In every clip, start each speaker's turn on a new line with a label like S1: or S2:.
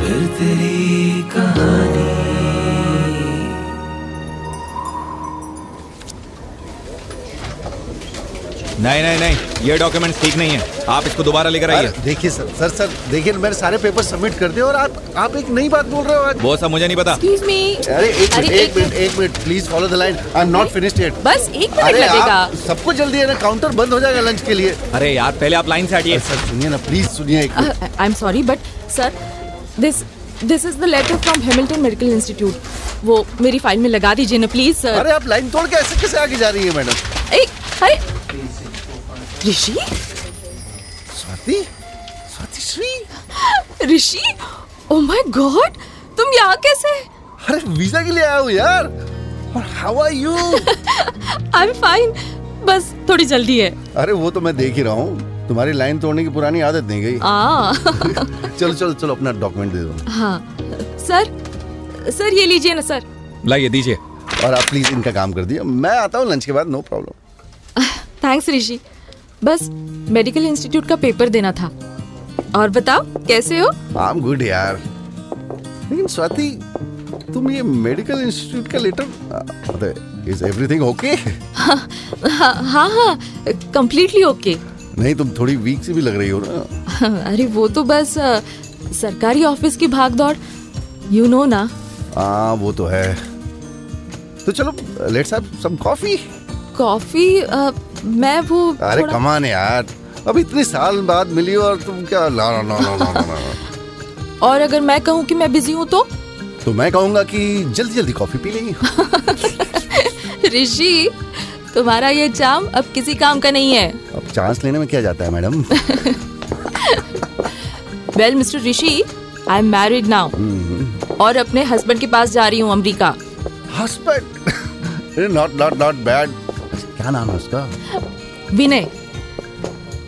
S1: फिर तेरी कहानी
S2: नहीं नहीं नहीं ये डॉक्यूमेंट्स ठीक नहीं है आप इसको दोबारा लेकर आइए
S3: अरे, देखिए सर सर सर देखिए मैंने सारे पेपर सबमिट कर दिए और आप आप एक नई बात बोल रहे हो आज
S2: वो सब मुझे नहीं पता
S4: एक्सक्यूज मी
S3: अरे एक मिनट एक मिनट एक minute please follow the line I am not finished yet
S4: बस एक मिनट
S3: अरे
S4: लगेगा
S3: आप सबको जल्दी है ना काउंटर बंद हो जाएगा लंच के लिए
S2: अरे यार पहले आप लाइन से हटिए
S3: सर सुनिए ना प्लीज सुनिए एक minute
S4: I am sorry but sir this this is the letter from Hamilton medical institute वो मेरी फाइल में लगा दीजिए ना प्लीज सर
S3: अरे आप लाइन तोड़ के ऐसे कैसे आगे जा रही है मैडम
S4: ए, अरे Rishi
S3: Swati Swati Shri
S4: Rishi oh my God तुम यहाँ कैसे
S3: अरे वीजा के लिए आया हूँ यार और how are you
S4: I am fine बस थोड़ी जल्दी है
S3: अरे वो तो मैं देख ही रहा हूँ तुम्हारी लाइन तोड़ने की पुरानी आदत नहीं गई
S4: आ
S3: चलो चलो चलो अपना डॉक्यूमेंट दे दो
S4: हाँ सर सर ये लीजिए ना सर
S2: लाइए दीजिए
S3: और आप प्लीज इनका काम कर दिए मैं आता हूँ लंच के बाद नो प्रॉब्लम
S4: थैंक्स ऋषि बस मेडिकल इंस्टीट्यूट का पेपर देना था और बताओ कैसे हो
S3: आई एम गुड यार लेकिन स्वाति तुम ये मेडिकल इंस्टीट्यूट का लेटर इज एवरीथिंग ओके
S4: हाँ हाँ हाँ कम्प्लीटली ओके
S3: नहीं तुम थोड़ी वीक सी भी लग रही हो ना
S4: अरे वो तो बस अ, सरकारी ऑफिस की भागदौड़ यू नो ना
S3: हाँ वो तो है तो चलो let's have some coffee
S4: coffee अ, मैं वो
S3: अरे
S4: थोड़ा-
S3: कमान यार अब इतने साल बाद मिली हो और तुम क्या ला ला ला ला ला ला ला।
S4: और अगर मैं कहूँ कि मैं बिजी हूँ तो
S3: तो मैं कहूंगा कि जल्दी जल्दी कॉफी पी लेंगे
S4: ऋषि तुम्हारा ये चाम अब किसी काम का नहीं है
S3: अब चांस लेने में क्या जाता है madam
S4: well mister Rishi I am married now और अपने हस्बैंड के पास जा रही हूँ America
S3: husband not not not bad क्या नाम है उसका
S4: विनय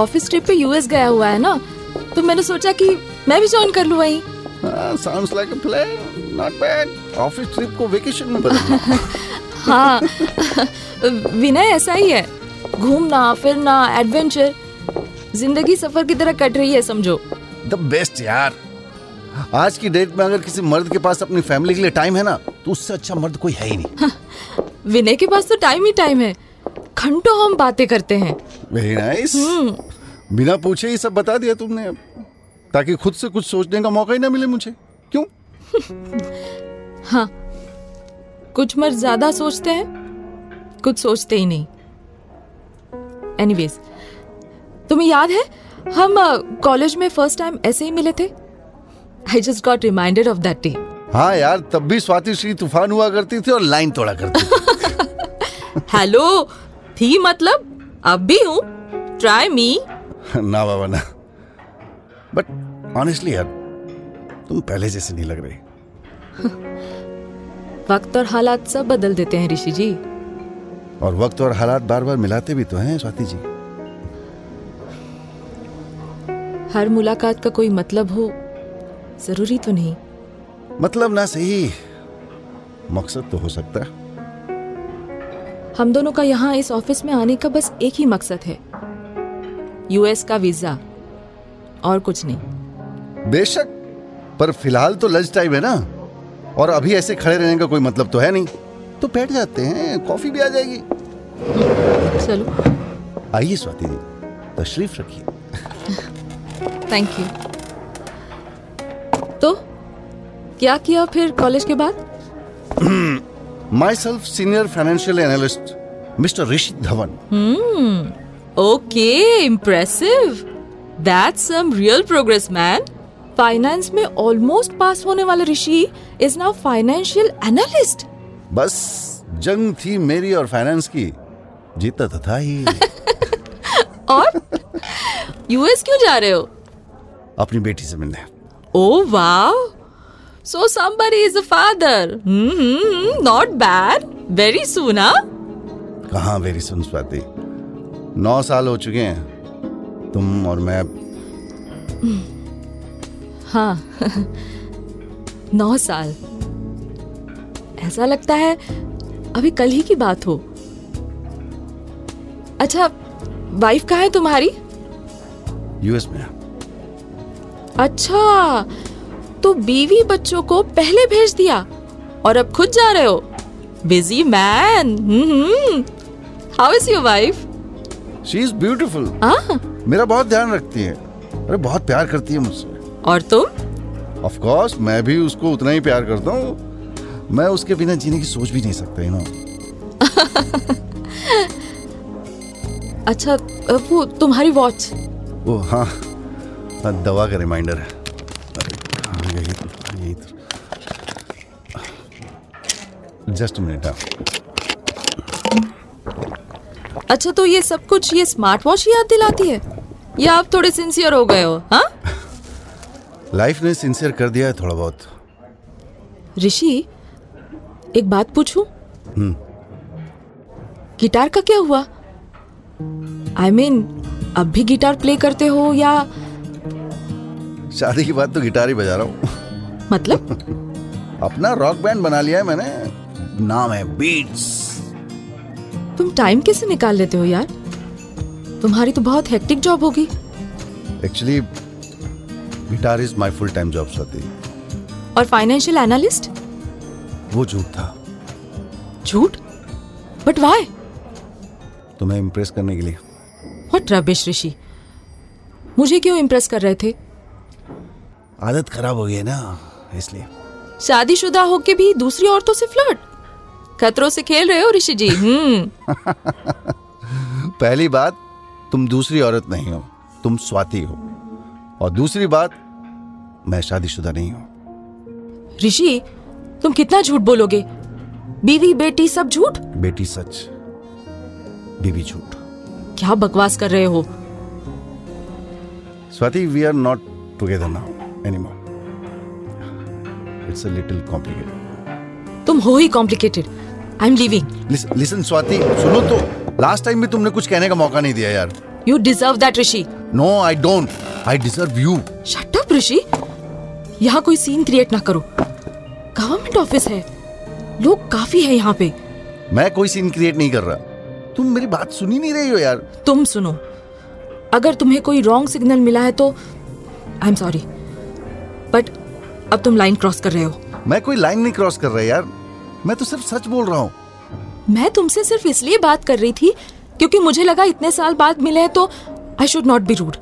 S4: ऑफिस ट्रिप पे यूएस गया हुआ है ना तो मैंने सोचा कि मैं भी ज्वाइन कर लूँ वहीं
S3: sounds like a plan not bad office trip को वेकेशन में बदलना
S4: हाँ विनय ऐसा ही है घूमना फिरना एडवेंचर जिंदगी सफर की तरह कट रही है समझो
S3: द बेस्ट यार आज की डेट में अगर किसी मर्द के पास अपनी फैमिली के लिए टाइम है ना तो उससे अच्छा मर्द कोई है ही नहीं
S4: विनय के पास तो टाइम ही टाइम है घंटों हम बातें करते हैं
S3: वेरी नाइस बिना पूछे ही सब बता दिया तुमने अब ताकि खुद से कुछ सोचने का मौका ही ना मिले मुझे क्यों
S4: कुछ मर्द ज्यादा सोचते हैं कुछ सोचते ही नहीं एनीवेज तुम्हें याद है हम कॉलेज में फर्स्ट टाइम ऐसे ही मिले थे I just got reminded of that day
S3: हाँ यार तब भी स्वाति श्री तूफान हुआ करती थी और लाइन तोड़ा करती थी
S4: हेलो थी मतलब अब भी हूँ ट्राई मी
S3: ना बाबा ना बट ऑनेस्टली यार तुम पहले जैसे नहीं लग रही
S4: वक्त और हालात सब बदल देते हैं ऋषि जी
S3: और वक्त और हालात बार बार मिलाते भी तो हैं स्वाति जी
S4: हर मुलाकात का कोई मतलब हो जरूरी तो नहीं
S3: मतलब ना सही मकसद तो हो सकता है
S4: हम दोनों का यहाँ इस ऑफिस में आने का बस एक ही मकसद है यूएस का वीजा और कुछ नहीं
S3: बेशक पर फिलहाल तो लंच टाइम है ना और अभी ऐसे खड़े रहने का कोई मतलब तो है नहीं तो बैठ जाते हैं कॉफी भी आ जाएगी
S4: चलो
S3: आइए स्वाति जी तशरीफ रखिए
S4: थैंक यू तो क्या किया फिर कॉलेज के बाद
S3: myself senior financial analyst mister Rishi Dhawan
S4: okay impressive that's some real progress man finance में ऑलमोस्ट पास होने वाला Rishi is now financial analyst
S3: बस जंग थी मेरी और फाइनेंस की जीता तो था ही
S4: और यूएस क्यों जा रहे हो
S3: अपनी बेटी से मिलने
S4: ओ वाह So somebody is a father. Hmm, not bad. Very soon, huh?
S3: कहाँ वेरी सुन स्वाति नौ साल हो चुके हैं तुम और मैं
S4: हाँ नौ साल ऐसा लगता है अभी कल ही की बात हो अच्छा वाइफ कहाँ है तुम्हारी
S3: यूएस में हैं।
S4: अच्छा तो बीवी बच्चों को पहले भेज दिया और अब खुद जा रहे हो Mm-hmm. Busy man how is your wife
S3: she is beautiful
S4: हाँ
S3: मेरा बहुत ध्यान रखती है अरे बहुत प्यार करती है मुझसे
S4: और तुम
S3: ऑफ कोर्स मैं भी उसको उतना ही प्यार करता हूँ मैं उसके बिना जीने की सोच भी नहीं सकता यू नो
S4: अच्छा वो तुम्हारी वॉच
S3: ओ हाँ हाँ, दवा का रिमाइंडर है अरे, हाँ, यही तो यही तो जस्ट मिनट हाँ
S4: अच्छा तो ये सब कुछ ये स्मार्ट वॉच याद दिलाती है या आप थोड़े सिंसियर हो गए हो हाँ
S3: लाइफ ने सिंसियर कर दिया है थोड़ा बहुत
S4: ऋषि एक बात पूछूं गिटार का क्या हुआ आई I मीन mean, अब भी गिटार प्ले करते हो या
S3: शादी के बाद तो गिटार ही बजा रहा हूँ
S4: मतलब
S3: अपना रॉक बैंड बना लिया है मैंने नाम है बीट्स
S4: तुम टाइम कैसे निकाल लेते हो यार तुम्हारी तो बहुत हेक्टिक जॉब होगी
S3: actually guitar is my full time job साथी
S4: और फाइनेंशियल एनालिस्ट
S3: वो झूठ था
S4: झूठ बट वाई
S3: तुम्हें इम्प्रेस करने के लिए
S4: व्हाट रबिश ऋषि मुझे क्यों इम्प्रेस कर रहे थे
S3: आदत खराब हो गई है ना इसलिए
S4: शादीशुदा होके भी दूसरी औरतों से फ्लर्ट खतरों से खेल रहे हो ऋषि जी हम्म
S3: पहली बात तुम दूसरी औरत नहीं हो तुम स्वाति हो और दूसरी बात मैं शादीशुदा नहीं हूँ
S4: ऋषि तुम कितना झूठ बोलोगे बीवी बेटी सब झूठ
S3: बेटी सच बीबी झूठ
S4: क्या बकवास कर रहे हो
S3: Swati we are not together now anymore it's a little complicated
S4: तुम हो ही complicated I am living
S3: listen Swati सुनो तो लास्ट टाइम भी तुमने कुछ कहने का मौका नहीं दिया यार
S4: you deserve that Rishi
S3: no I don't I deserve you
S4: shut up Rishi यहाँ कोई सीन क्रिएट ना करो गवर्नमेंट ऑफिस है लोग काफी है यहाँ पे
S3: मैं कोई सीन क्रिएट नहीं कर रहा तुम मेरी बात सुनी नहीं रही हो यार
S4: तुम सुनो अगर तुम्हें कोई रॉन्ग सिग्नल मिला है तो आई एम सॉरी बट अब तुम लाइन क्रॉस कर रहे हो
S3: मैं कोई लाइन नहीं क्रॉस कर रहा यार मैं तो सिर्फ सच बोल रहा हूँ
S4: मैं तुमसे सिर्फ इसलिए बात कर रही थी क्योंकि मुझे लगा इतने साल बाद मिले हैं तो I should not be rude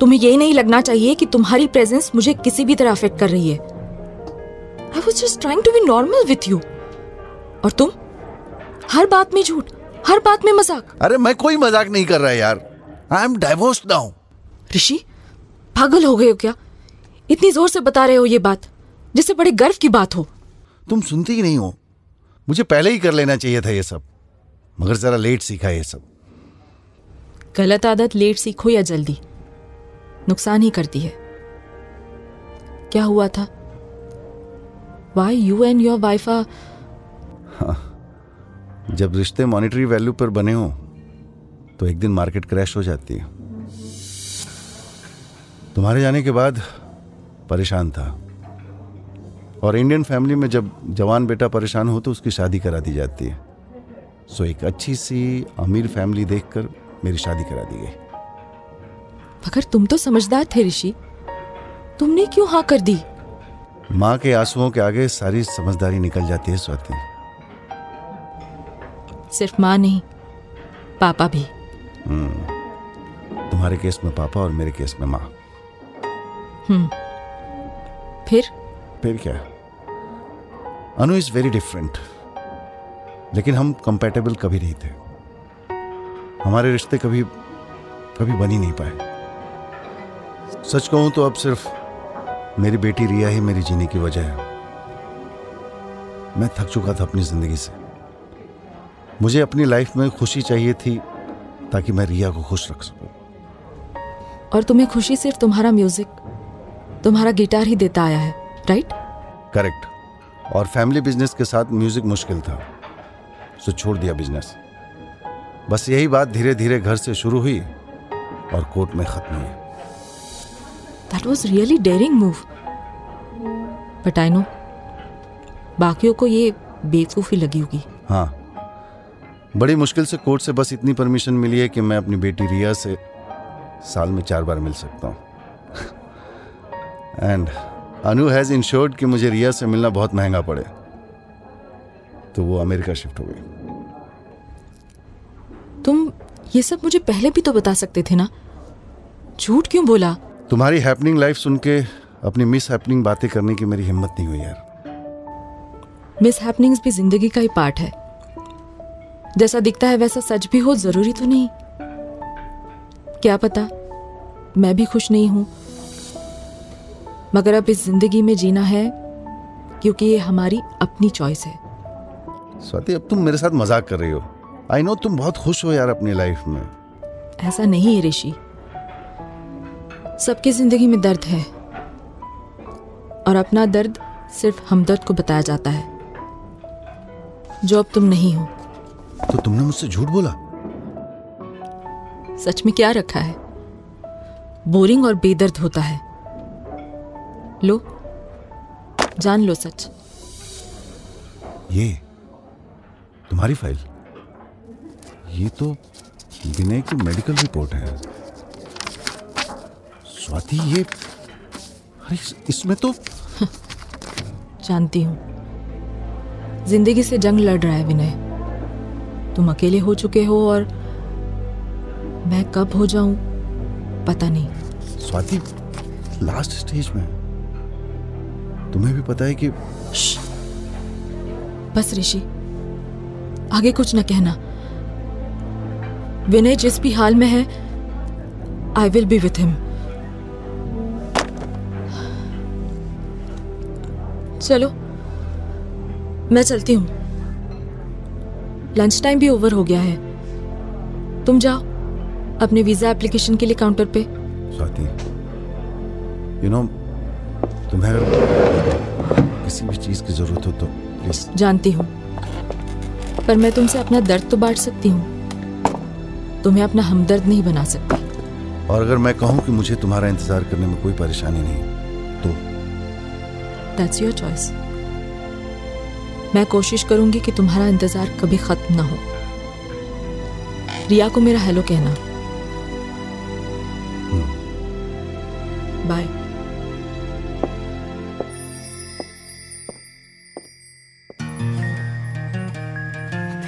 S4: तुम्हें ये नहीं लगना चाहिए कि तुम्हारी प्रेजेंस मुझे किसी भी तरह अफेक्ट कर रही है I was just trying to be normal with you और तुम हर बात में झूठ हर बात में मजाक
S3: अरे मैं कोई मजाक नहीं कर रहा यार I am divorce now
S4: Rishi पागल हो गए हो क्या इतनी जोर से बता रहे हो ये बात जिससे बड़े गर्व की बात हो
S3: तुम सुनती ही नहीं हो मुझे पहले ही कर लेना चाहिए था ये सब मगर जरा लेट सीखा ये सब
S4: गलत आदत लेट सीखो या जल्दी नुकसान ही करती है क्या हुआ था why you and your wife are
S3: जब रिश्ते मॉनेटरी वैल्यू पर बने हो तो एक दिन मार्केट क्रैश हो जाती है तुम्हारे जाने के बाद परेशान था और इंडियन फैमिली में जब जवान बेटा परेशान हो तो उसकी शादी करा दी जाती है सो एक अच्छी सी अमीर फैमिली देखकर मेरी शादी करा दी गई
S4: मगर तुम तो समझदार थे ऋषि तुमने क्यों हाँ कर दी
S3: माँ के आंसुओं के आगे सारी समझदारी निकल जाती है स्वाति
S4: सिर्फ माँ नहीं पापा भी
S3: तुम्हारे केस में पापा और मेरे केस में माँ
S4: फिर
S3: फिर क्या अनु इज वेरी डिफरेंट लेकिन हम कंपेटेबल कभी नहीं थे हमारे रिश्ते कभी कभी बन ही नहीं पाए सच कहूं तो अब सिर्फ मेरी बेटी रिया ही मेरी जीने की वजह है मैं थक चुका था अपनी जिंदगी से मुझे अपनी लाइफ में खुशी चाहिए थी ताकि मैं रिया को खुश रख सकूं
S4: और तुम्हें खुशी सिर्फ तुम्हारा म्यूजिक तुम्हारा गिटार ही देता आया है राइट
S3: करेक्ट और फैमिली बिजनेस के साथ म्यूजिक मुश्किल था सो छोड़ दिया बिजनेस बस यही बात धीरे धीरे घर से शुरू हुई और कोर्ट में खत्म हुई
S4: that was really daring move but I know बाकियों को ये बेवकूफ़ी लगी होगी
S3: हाँ बड़ी मुश्किल से कोर्ट से बस इतनी परमिशन मिली है कि मैं अपनी बेटी रिया से साल में चार बार मिल सकता हूँ एंड अनु हैज़ इंश्योर्ड कि मुझे रिया से मिलना बहुत महंगा पड़े तो वो अमेरिका शिफ्ट हो गई
S4: तुम ये सब मुझे पहले भी तो बता सकते थे ना झूठ क्यों बोला
S3: तुम्हारी हैपनिंग लाइफ सुन के अपनी मिस हैपनिंग बातें करने की मेरी हिम्मत नहीं हुई यार
S4: मिस हैपनिंग्स भी जिंदगी का ही पार्ट है जैसा दिखता है वैसा सच भी हो जरूरी तो नहीं क्या पता मैं भी खुश नहीं हूं मगर अब इस जिंदगी में जीना है क्योंकि ये हमारी अपनी चॉइस है
S3: स्वाति अब तुम मेरे साथ मजाक कर रही हो आई नो तुम बहुत खुश हो यार अपनी लाइफ में
S4: ऐसा नहीं है ऋषि सबकी जिंदगी में दर्द है और अपना दर्द सिर्फ हमदर्द को बताया जाता है जो अब तुम नहीं हो
S3: तो तुमने मुझसे झूठ बोला
S4: सच में क्या रखा है बोरिंग और बेदर्द होता है लो जान लो सच
S3: ये तुम्हारी फाइल ये तो विनय की मेडिकल रिपोर्ट है स्वाति ये अरे इस- इसमें तो
S4: जानती हूँ जिंदगी से जंग लड़ रहा है विनय तुम अकेले हो चुके हो और मैं कब हो जाऊं पता नहीं
S3: स्वाति लास्ट स्टेज में है। तुम्हें भी पता है कि
S4: श्श। बस ऋषि आगे कुछ न कहना विनय जिस भी हाल में है I will be with him चलो मैं चलती हूँ लंच टाइम भी ओवर हो गया है तुम जाओ अपने वीजा एप्लीकेशन के लिए काउंटर पे
S3: स्वाति यू नो तुम्हें अगर किसी भी चीज की जरूरत हो तो प्लीज
S4: जानती हूँ पर मैं तुमसे अपना दर्द तो बांट सकती हूँ तुम्हें अपना हमदर्द नहीं बना सकती
S3: और अगर मैं कहूं कि मुझे तुम्हारा इंतजार करने में कोई परेशानी नहीं तो
S4: दैट्स योर चॉइस मैं कोशिश करूंगी कि तुम्हारा इंतजार कभी खत्म ना हो रिया को मेरा हेलो कहना बाय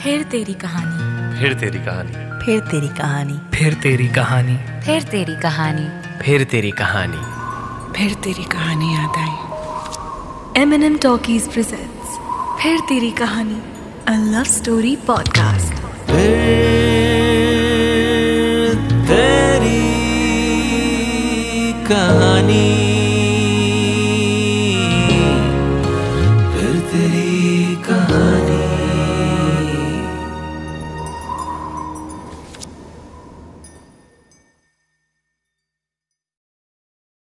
S5: फिर तेरी कहानी
S6: फिर तेरी कहानी
S7: फिर तेरी कहानी
S8: फिर तेरी कहानी
S5: फिर तेरी कहानी
S6: फिर तेरी कहानी
S9: फिर तेरी कहानी याद आई M N M Talkies presents फिर तेरी कहानी अ लव स्टोरी पॉडकास्ट
S1: फिर तेरी कहानी फिर तेरी कहानी